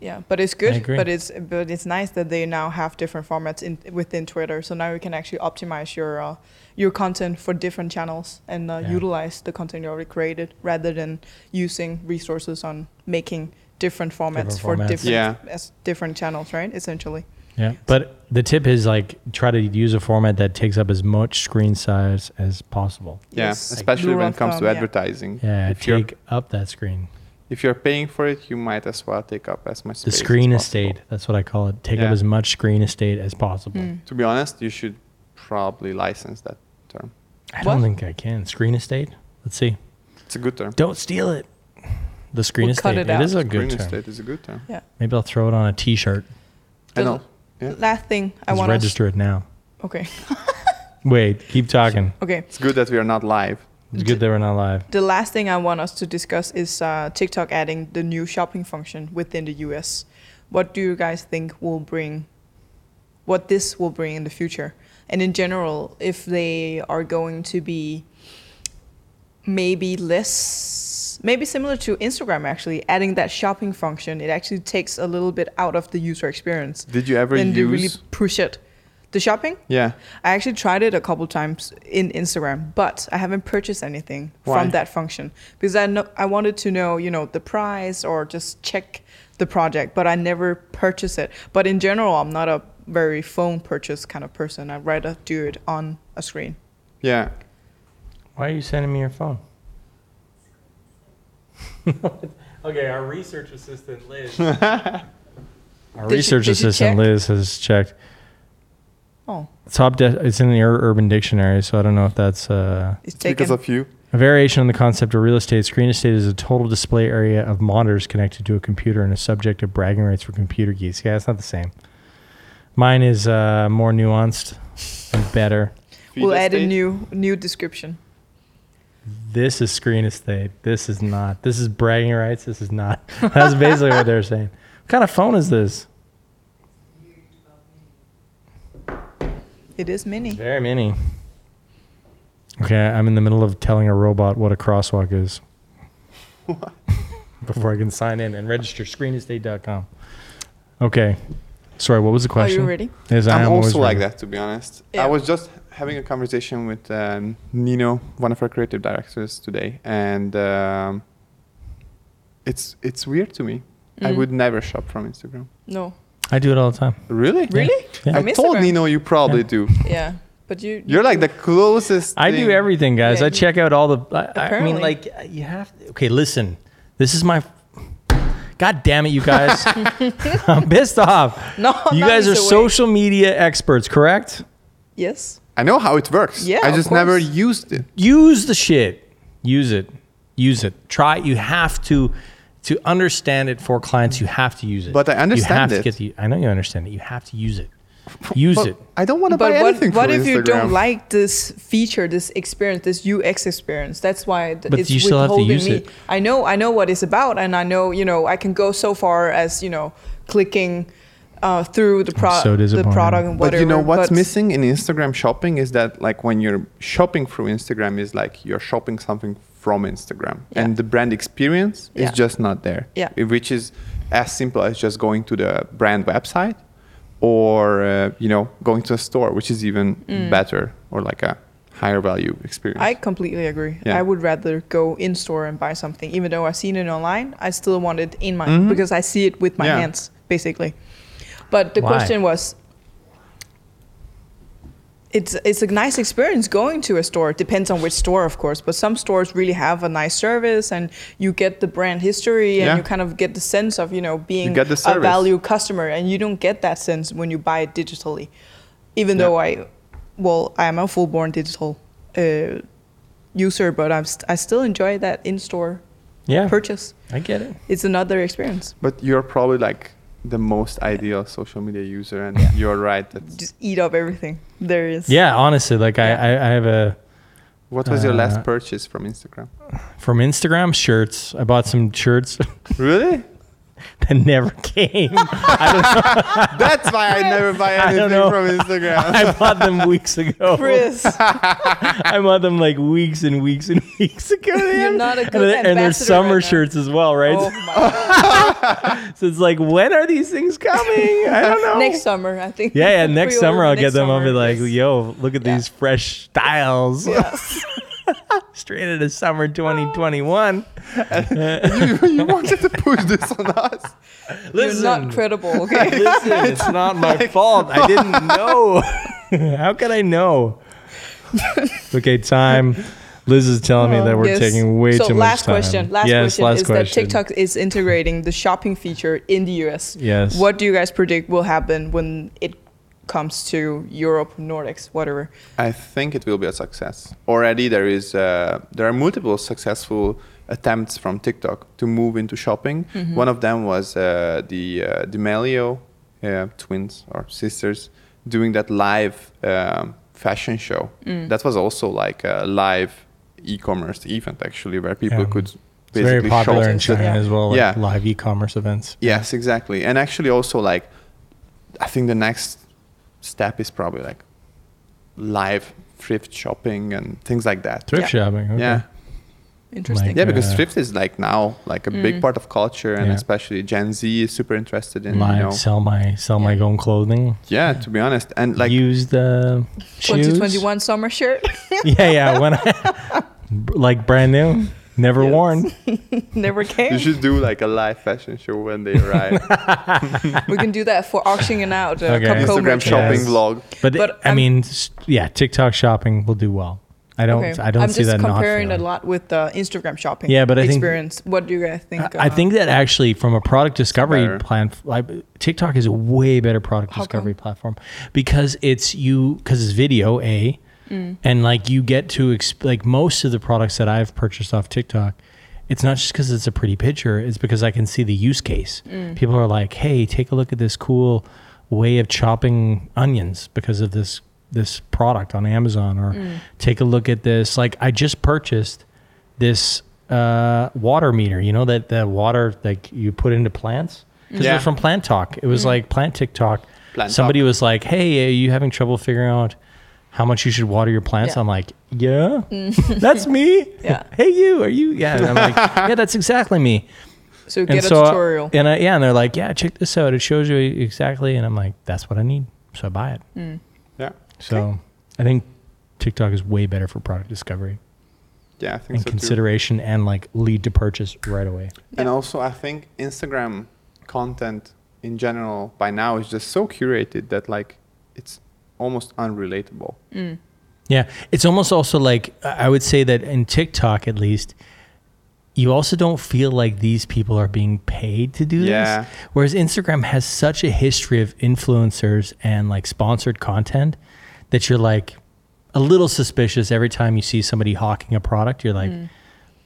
[SPEAKER 6] Yeah.
[SPEAKER 5] Good.
[SPEAKER 4] but it's good.
[SPEAKER 5] agree.
[SPEAKER 4] But it's but it's nice that they now have different formats in within Twitter. So now you can actually optimize your uh, your content for different channels and uh,
[SPEAKER 5] Yeah.
[SPEAKER 4] utilize the content you already created rather than using resources on making different formats
[SPEAKER 5] Different
[SPEAKER 4] for
[SPEAKER 5] formats.
[SPEAKER 4] different
[SPEAKER 6] Yeah.
[SPEAKER 4] as different channels, right? Essentially.
[SPEAKER 5] Yeah. But the tip is like try to use a format that takes up as much screen size as possible.
[SPEAKER 6] Yeah,
[SPEAKER 4] Yes.
[SPEAKER 6] especially
[SPEAKER 4] Rule
[SPEAKER 6] when
[SPEAKER 4] of
[SPEAKER 6] it comes
[SPEAKER 4] thumb,
[SPEAKER 6] to
[SPEAKER 4] yeah.
[SPEAKER 6] advertising.
[SPEAKER 5] Yeah,
[SPEAKER 6] if you're
[SPEAKER 5] take up that screen.
[SPEAKER 6] if you're paying for it, you might as well take up as much
[SPEAKER 5] The
[SPEAKER 6] space as
[SPEAKER 5] screen
[SPEAKER 6] possible.
[SPEAKER 5] estate. That's what I call it. Take up
[SPEAKER 6] Yeah.
[SPEAKER 5] as much screen estate as possible.
[SPEAKER 4] Hmm.
[SPEAKER 6] To be honest, you should probably license that term.
[SPEAKER 5] I don't
[SPEAKER 4] What?
[SPEAKER 5] think I can. Screen estate? Let's see.
[SPEAKER 6] It's a good term.
[SPEAKER 5] Don't steal it. The screen
[SPEAKER 4] We'll cut
[SPEAKER 5] estate.
[SPEAKER 4] it out.
[SPEAKER 5] it is a
[SPEAKER 6] screen
[SPEAKER 5] good term.
[SPEAKER 6] estate is a good term.
[SPEAKER 4] Yeah.
[SPEAKER 5] Maybe I'll throw it on a t shirt.
[SPEAKER 6] I
[SPEAKER 4] The
[SPEAKER 6] know. Yeah.
[SPEAKER 4] Last thing I
[SPEAKER 5] Let's
[SPEAKER 4] want
[SPEAKER 5] register it
[SPEAKER 4] to
[SPEAKER 5] now.
[SPEAKER 4] okay
[SPEAKER 5] Wait, keep talking.
[SPEAKER 4] okay.
[SPEAKER 6] It's good that we are not live.
[SPEAKER 5] It's good that we're not live.
[SPEAKER 4] The last thing I want us to discuss is uh, TikTok adding the new shopping function within the US. What do you guys think will bring, what this will bring in the future? And in general, if they are going to be maybe less, maybe similar to Instagram actually, adding that shopping function, it actually takes a little bit out of the user experience.
[SPEAKER 6] Did you ever
[SPEAKER 4] and they
[SPEAKER 6] use?
[SPEAKER 4] really push it. The shopping?
[SPEAKER 6] yeah.
[SPEAKER 4] I actually tried it a couple times in Instagram, but I haven't purchased anything
[SPEAKER 6] Why?
[SPEAKER 4] from that function because I know I wanted to know, you know, the price or just check the project, but I never purchase it. But in general, I'm not a very phone purchase kind of person. I'd rather do it on a screen.
[SPEAKER 6] Yeah.
[SPEAKER 5] Why are you sending me your phone? okay, our research assistant Liz. our
[SPEAKER 4] she-
[SPEAKER 5] research
[SPEAKER 4] did she
[SPEAKER 5] assistant
[SPEAKER 4] check?
[SPEAKER 5] Liz has checked.
[SPEAKER 4] Oh,
[SPEAKER 5] Top de- it's in the Ur- Urban Dictionary, so I don't know if that's uh,
[SPEAKER 4] it's
[SPEAKER 6] It's
[SPEAKER 4] taken.
[SPEAKER 6] because of you.
[SPEAKER 5] a variation on the concept of real estate. Screen estate is a total display area of monitors connected to a computer and a subject of bragging rights for computer geeks. Yeah, it's not the same. Mine is uh, more nuanced and better.
[SPEAKER 4] we'll
[SPEAKER 6] Feed
[SPEAKER 4] add a
[SPEAKER 6] estate?
[SPEAKER 4] new new description.
[SPEAKER 5] this is screen estate. This is not. This is bragging rights. This is not. That's basically what they're saying. What kind of phone is this?
[SPEAKER 4] It is mini.
[SPEAKER 5] Very many. Okay, I'm in the middle of telling a robot what a crosswalk is. Before I can sign in and register screenestate.com. Okay. Sorry, what was the
[SPEAKER 4] Are
[SPEAKER 5] question?
[SPEAKER 4] you ready?
[SPEAKER 5] Yes, I
[SPEAKER 6] I'm
[SPEAKER 5] am always
[SPEAKER 6] also like
[SPEAKER 5] ready.
[SPEAKER 6] that, to be honest.
[SPEAKER 4] Yeah.
[SPEAKER 6] I was just having a conversation with um, Nino, one of our creative directors today, and um, it's it's weird to me. I
[SPEAKER 4] Mm.
[SPEAKER 6] would never shop from Instagram.
[SPEAKER 4] No.
[SPEAKER 5] I do it all the time.
[SPEAKER 6] Really?
[SPEAKER 4] Really?
[SPEAKER 5] Yeah.
[SPEAKER 6] I
[SPEAKER 4] From
[SPEAKER 6] told
[SPEAKER 4] Instagram?
[SPEAKER 6] Nino you probably
[SPEAKER 5] Yeah.
[SPEAKER 6] do.
[SPEAKER 4] Yeah, but you.
[SPEAKER 6] You're like the closest.
[SPEAKER 5] I do
[SPEAKER 6] thing.
[SPEAKER 5] everything, guys.
[SPEAKER 4] Yeah,
[SPEAKER 5] I
[SPEAKER 4] you-
[SPEAKER 5] check out all the. I, I mean,
[SPEAKER 4] Apparently.
[SPEAKER 5] like you have. To, okay, listen. This is my. God damn it, you guys! I'm pissed off.
[SPEAKER 4] No,
[SPEAKER 5] you
[SPEAKER 4] not
[SPEAKER 5] guys are
[SPEAKER 4] either way.
[SPEAKER 5] social media experts, correct?
[SPEAKER 4] Yes.
[SPEAKER 6] I know how it works.
[SPEAKER 4] Yeah,
[SPEAKER 6] I
[SPEAKER 4] of
[SPEAKER 6] just never
[SPEAKER 4] course.
[SPEAKER 6] used it.
[SPEAKER 5] Use the shit. Use it. Use it. Try. it. You have to. To understand it for clients, you have to use it.
[SPEAKER 6] But I understand
[SPEAKER 5] you have To
[SPEAKER 6] it.
[SPEAKER 5] get the, I know you understand it. You have to use it. Use
[SPEAKER 6] But
[SPEAKER 5] it.
[SPEAKER 6] I don't want to buy
[SPEAKER 4] But
[SPEAKER 6] anything
[SPEAKER 4] what, what
[SPEAKER 6] from
[SPEAKER 4] if you
[SPEAKER 6] Instagram.
[SPEAKER 4] don't like this feature, this experience, this UX experience? That's why th-
[SPEAKER 5] But
[SPEAKER 4] it's
[SPEAKER 5] you still have to
[SPEAKER 4] withholding
[SPEAKER 5] use
[SPEAKER 4] me.
[SPEAKER 5] it.
[SPEAKER 4] I know, I know what it's about, and I know, you know, I can go so far as you know, clicking uh, through the, pro-
[SPEAKER 5] so
[SPEAKER 4] the
[SPEAKER 5] disappointed.
[SPEAKER 4] product and whatever.
[SPEAKER 6] But you know what's
[SPEAKER 4] but-
[SPEAKER 6] missing in Instagram shopping is that like when you're shopping through Instagram is like you're shopping something from Instagram and the brand experience
[SPEAKER 4] Yeah.
[SPEAKER 6] is just not there.
[SPEAKER 4] Yeah.
[SPEAKER 6] It- Which is as simple as just going to the brand website or uh, you know going to a store which is even better or like a higher value experience.
[SPEAKER 4] Mm. I completely agree.
[SPEAKER 6] Yeah.
[SPEAKER 4] I would rather go in store and buy something, even though I've seen it online. I still want it in my because I see it with my
[SPEAKER 6] Mm-hmm. Yeah.
[SPEAKER 4] hands, basically. But the
[SPEAKER 5] Why?
[SPEAKER 4] question was, it's it's a nice experience going to a store. It depends on which store, of course, but some stores really have a nice service, and you get the brand history, and
[SPEAKER 6] Yeah.
[SPEAKER 4] you kind of get the sense of you know being
[SPEAKER 6] get the
[SPEAKER 4] a
[SPEAKER 6] service.
[SPEAKER 4] value customer, and you don't get that sense when you buy it digitally. Even though I, well, I am a full-born digital uh, user, but I'm st- I still enjoy that in-store
[SPEAKER 5] Yeah.
[SPEAKER 4] purchase.
[SPEAKER 5] I get it.
[SPEAKER 4] It's another experience.
[SPEAKER 6] But you're probably like the most ideal social media user, and you're right. That
[SPEAKER 4] Just eat up everything there is.
[SPEAKER 5] Yeah, honestly, like
[SPEAKER 4] Yeah.
[SPEAKER 5] I, I, I have a
[SPEAKER 6] what was your last
[SPEAKER 5] Uh,
[SPEAKER 6] purchase from Instagram?
[SPEAKER 5] from Instagram shirts. I bought some shirts
[SPEAKER 6] Really?
[SPEAKER 5] that never came.
[SPEAKER 6] That's why I never buy
[SPEAKER 5] I
[SPEAKER 6] anything
[SPEAKER 5] don't know.
[SPEAKER 6] from Instagram.
[SPEAKER 5] I bought them weeks ago.
[SPEAKER 4] Chris,
[SPEAKER 5] I bought them like weeks and weeks and weeks ago.
[SPEAKER 4] You're not a good
[SPEAKER 5] and, they- and
[SPEAKER 4] ambassador
[SPEAKER 5] they're summer
[SPEAKER 4] right now.
[SPEAKER 5] shirts as well, right?
[SPEAKER 4] oh my God.
[SPEAKER 5] So it's like, when are these things coming? I don't know.
[SPEAKER 4] next summer, I think.
[SPEAKER 5] yeah, yeah. Next
[SPEAKER 4] Pre-order
[SPEAKER 5] summer I'll
[SPEAKER 4] next
[SPEAKER 5] get them. I'll be
[SPEAKER 4] summer,
[SPEAKER 5] like,
[SPEAKER 4] yes.
[SPEAKER 5] yo, look at
[SPEAKER 4] Yeah.
[SPEAKER 5] these fresh styles.
[SPEAKER 4] Yes.
[SPEAKER 5] Straight into summer 2021.
[SPEAKER 6] you, you wanted to push this on us.
[SPEAKER 5] Listen,
[SPEAKER 4] You're not credible, okay?
[SPEAKER 5] listen, it's not my fault. I didn't know. How could I know? okay, time. Liz is telling me that we're
[SPEAKER 4] Oh, Yes.
[SPEAKER 5] taking way
[SPEAKER 4] so
[SPEAKER 5] too much
[SPEAKER 4] last
[SPEAKER 5] time.
[SPEAKER 4] question. Last
[SPEAKER 5] yes,
[SPEAKER 4] question
[SPEAKER 5] last
[SPEAKER 4] is
[SPEAKER 5] question.
[SPEAKER 4] that TikTok is integrating the shopping feature in the US.
[SPEAKER 5] Yes.
[SPEAKER 4] What do you guys predict will happen when it comes to Europe, Nordics, whatever?
[SPEAKER 6] I think it will be a success. Already there is uh, there are multiple successful attempts from TikTok to move into shopping. One of them was uh, the uh, D'Amelio uh, twins or sisters doing that live um, fashion show. That was also like a live e-commerce event actually, where people
[SPEAKER 5] Yeah.
[SPEAKER 6] could
[SPEAKER 5] It's very
[SPEAKER 6] basically shop
[SPEAKER 5] popular in
[SPEAKER 6] and
[SPEAKER 5] China
[SPEAKER 4] Yeah.
[SPEAKER 5] as well, like
[SPEAKER 6] Yeah.
[SPEAKER 5] live e-commerce events.
[SPEAKER 6] Yes, exactly. And actually, also like, I think the next step is probably like live thrift shopping and things like that.
[SPEAKER 5] Thrift
[SPEAKER 4] Yeah.
[SPEAKER 5] shopping. Okay.
[SPEAKER 6] Yeah,
[SPEAKER 4] Interesting.
[SPEAKER 5] Like,
[SPEAKER 6] yeah, because
[SPEAKER 5] uh,
[SPEAKER 6] thrift is like now like a big part of culture, and
[SPEAKER 5] Yeah.
[SPEAKER 6] especially Gen Z is super interested in
[SPEAKER 5] Live
[SPEAKER 6] you know.
[SPEAKER 5] sell my sell my
[SPEAKER 4] Yeah.
[SPEAKER 5] own clothing.
[SPEAKER 6] Yeah, to be honest, and like
[SPEAKER 5] use the shoes.
[SPEAKER 4] 2021 summer shirt.
[SPEAKER 5] yeah, yeah. When I, like brand new, never
[SPEAKER 4] Yes.
[SPEAKER 5] worn.
[SPEAKER 4] Never
[SPEAKER 6] you
[SPEAKER 4] came.
[SPEAKER 6] should do like a live fashion show when they arrive.
[SPEAKER 4] we can do that for auctioning out. Uh,
[SPEAKER 5] Okay.
[SPEAKER 4] Cup Co
[SPEAKER 6] Instagram
[SPEAKER 4] merchandise.
[SPEAKER 6] shopping
[SPEAKER 5] Yes.
[SPEAKER 6] vlog.
[SPEAKER 5] But,
[SPEAKER 4] But
[SPEAKER 5] I
[SPEAKER 4] I'm-
[SPEAKER 5] mean, s- yeah, TikTok shopping will do well. I don't.
[SPEAKER 4] Okay.
[SPEAKER 5] I don't
[SPEAKER 4] I'm
[SPEAKER 5] see
[SPEAKER 4] just
[SPEAKER 5] that not.
[SPEAKER 4] comparing
[SPEAKER 5] failing.
[SPEAKER 4] a lot with the Instagram shopping.
[SPEAKER 5] Yeah, but I think-
[SPEAKER 4] experience. what do you guys think?
[SPEAKER 5] I I think
[SPEAKER 4] uh,
[SPEAKER 5] that actually, from a product discovery
[SPEAKER 6] better.
[SPEAKER 5] plan, like, TikTok is a way better product
[SPEAKER 4] How
[SPEAKER 5] discovery platform because it's you because it's video a, and like you get to exp- like most of the products that I've purchased off TikTok. It's not just because it's a pretty picture; it's because I can see the use case. People are like, "Hey, take a look at this cool way of chopping onions because of this this product on Amazon," or "Take a look at this." Like, I just purchased this uh, water meter. You know that the water like you put into plants because
[SPEAKER 6] Yeah.
[SPEAKER 5] they're from Plant Talk. It was
[SPEAKER 4] Mm.
[SPEAKER 5] like Plant TikTok.
[SPEAKER 6] Plant
[SPEAKER 5] Somebody
[SPEAKER 6] Talk.
[SPEAKER 5] was like, "Hey, are you having trouble figuring out how much you should water your plants?"
[SPEAKER 4] Yeah. Mm.
[SPEAKER 5] I'm like, "Yeah, that's me.
[SPEAKER 4] Yeah.
[SPEAKER 5] hey, you are you? Yeah." And I'm like, "Yeah, that's exactly me."
[SPEAKER 4] so.
[SPEAKER 5] and
[SPEAKER 4] Get a
[SPEAKER 5] so uh,
[SPEAKER 4] tutorial.
[SPEAKER 5] and I, yeah, and they're like, "Yeah, check this out. It shows you exactly." And I'm like, "That's what I need." So I buy it.
[SPEAKER 4] Mm.
[SPEAKER 6] Yeah,
[SPEAKER 5] So I think TikTok is way better for product discovery
[SPEAKER 6] yeah, I think
[SPEAKER 5] and
[SPEAKER 6] so too.
[SPEAKER 5] consideration and like lead to purchase right away.
[SPEAKER 6] And also, I think Instagram content in general by now is just so curated that like it's almost unrelatable.
[SPEAKER 5] Yeah, it's almost also like I I would say that in TikTok at least, you also don't feel like these people are being paid to do
[SPEAKER 6] Yeah.
[SPEAKER 5] this. Whereas Instagram has such a history of influencers and like sponsored content that you're like a little suspicious every time you see somebody hawking a product. You're like,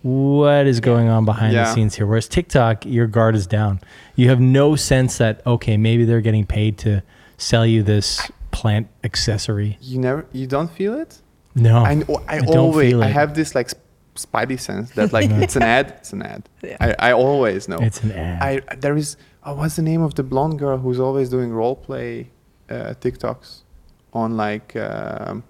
[SPEAKER 5] what is going on behind the
[SPEAKER 6] Mm. Yeah.
[SPEAKER 5] scenes here? Whereas TikTok, your guard is down. You have no sense that okay, maybe they're getting paid to sell you this plant accessory.
[SPEAKER 6] You never, you don't feel it.
[SPEAKER 5] No,
[SPEAKER 6] I, kn- I,
[SPEAKER 5] don't
[SPEAKER 6] always,
[SPEAKER 5] feel
[SPEAKER 6] I
[SPEAKER 5] it.
[SPEAKER 6] have this like sp- spidey sense that like it's an ad, it's an ad.
[SPEAKER 4] Yeah.
[SPEAKER 6] I, I always know.
[SPEAKER 5] It's an ad.
[SPEAKER 6] I there is. Oh, what's the name of the blonde girl who's always doing role play uh, TikToks on like. Um,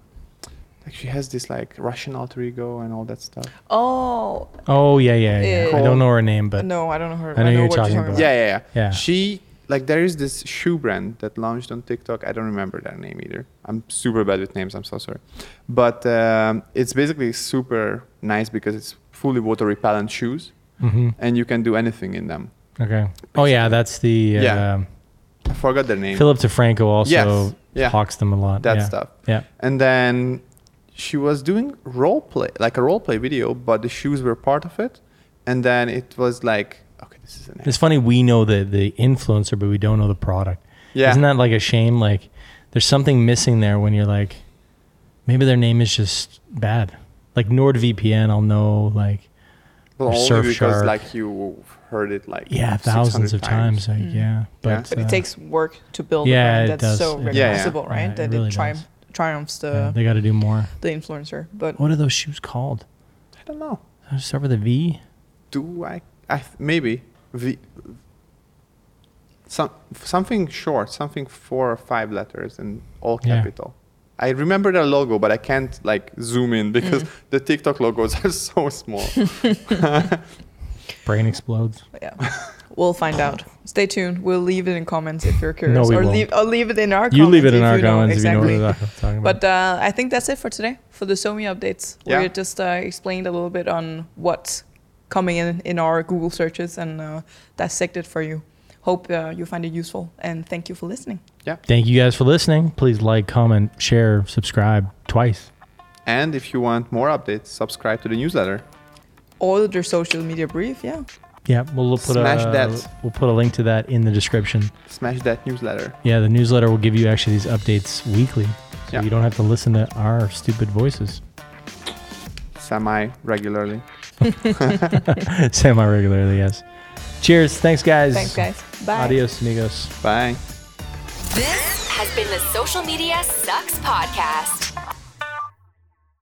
[SPEAKER 6] like she has this like Russian alter ego and all that stuff.
[SPEAKER 4] oh
[SPEAKER 5] Oh yeah, yeah, yeah.
[SPEAKER 4] Yeah.
[SPEAKER 5] I don't know her name, but
[SPEAKER 4] no, I don't know her.
[SPEAKER 5] I know you're
[SPEAKER 4] what
[SPEAKER 5] talking about.
[SPEAKER 6] Yeah, yeah, yeah.
[SPEAKER 5] Yeah.
[SPEAKER 6] She like there is this shoe brand that launched on TikTok. I don't remember their name either. I'm super bad with names. I'm so sorry. But um, it's basically super nice because it's fully water repellent shoes,
[SPEAKER 5] Mhm.
[SPEAKER 6] and you can do anything in them.
[SPEAKER 5] okay. Oh yeah, that's the uh,
[SPEAKER 6] Yeah. I forgot their name.
[SPEAKER 5] Philip DeFranco also
[SPEAKER 6] Yes. Yeah.
[SPEAKER 5] hawks them a lot.
[SPEAKER 6] That
[SPEAKER 5] yeah.
[SPEAKER 6] stuff.
[SPEAKER 5] Yeah.
[SPEAKER 6] And then she was doing role play, like a role play video, but the shoes were part of it. And then it was like, okay, this is an.
[SPEAKER 5] It's funny we know the the influencer, but we don't know the product.
[SPEAKER 6] Yeah.
[SPEAKER 5] Isn't that like a shame? Like there's something missing there when you're like, maybe their name is just bad. Like NordVPN, I'll know like
[SPEAKER 6] Well,
[SPEAKER 5] or
[SPEAKER 6] only
[SPEAKER 5] surf
[SPEAKER 6] because
[SPEAKER 5] shark.
[SPEAKER 6] like you heard it like
[SPEAKER 5] yeah, thousands
[SPEAKER 6] 600
[SPEAKER 5] of times. Like, Yeah. But,
[SPEAKER 4] But Mm-hmm. it
[SPEAKER 5] uh,
[SPEAKER 4] takes work to build
[SPEAKER 5] yeah,
[SPEAKER 4] a brand
[SPEAKER 5] it
[SPEAKER 4] that's
[SPEAKER 5] does.
[SPEAKER 4] so
[SPEAKER 5] It does.
[SPEAKER 6] Yeah, yeah.
[SPEAKER 4] recognizable, right?
[SPEAKER 5] Yeah, it
[SPEAKER 4] that
[SPEAKER 5] really
[SPEAKER 4] it
[SPEAKER 5] does.
[SPEAKER 4] triumph, triumphs
[SPEAKER 5] uh, yeah,
[SPEAKER 4] the,
[SPEAKER 5] they got to do more.
[SPEAKER 4] the influencer. But
[SPEAKER 5] What are those shoes called?
[SPEAKER 6] I don't know.
[SPEAKER 5] Does it Start with a V.
[SPEAKER 6] Do I? I th- maybe the some something short, something four or five letters in all
[SPEAKER 5] Yeah.
[SPEAKER 6] capital. I remember their logo, but I can't like zoom in because the TikTok logos are so small.
[SPEAKER 5] Brain explodes.
[SPEAKER 4] yeah, we'll find out. Stay tuned. We'll leave it in comments if you're curious,
[SPEAKER 5] we
[SPEAKER 4] or
[SPEAKER 5] won't.
[SPEAKER 4] leave or leave it in our.
[SPEAKER 5] You leave it
[SPEAKER 4] comments
[SPEAKER 5] in
[SPEAKER 4] if
[SPEAKER 5] our
[SPEAKER 4] you know
[SPEAKER 5] comments
[SPEAKER 4] exactly.
[SPEAKER 5] if you know what I'm talking about.
[SPEAKER 4] But uh, I think that's it for today for the SOMI updates.
[SPEAKER 6] Yeah.
[SPEAKER 4] We just uh, explained a little bit on what's coming in in our Google searches and uh, dissected for you. Hope uh, you find it useful and thank you for listening.
[SPEAKER 5] Thank you guys for listening. Please like, comment, share, subscribe twice.
[SPEAKER 6] and if you want more updates, subscribe to the newsletter.
[SPEAKER 4] All their social media brief, yeah.
[SPEAKER 5] Yeah, we'll put
[SPEAKER 6] Smash
[SPEAKER 5] a
[SPEAKER 6] that.
[SPEAKER 5] we'll put a link to that in the description.
[SPEAKER 6] Smash that newsletter.
[SPEAKER 5] Yeah, the newsletter will give you actually these updates weekly, so
[SPEAKER 6] Yeah.
[SPEAKER 5] you don't have to listen to our stupid voices
[SPEAKER 6] semi regularly.
[SPEAKER 5] semi regularly. Yes. Cheers. Thanks, guys.
[SPEAKER 4] Thanks, guys. Bye.
[SPEAKER 5] Adios, amigos.
[SPEAKER 6] Bye.
[SPEAKER 1] This has been the Social Media Sucks Podcast.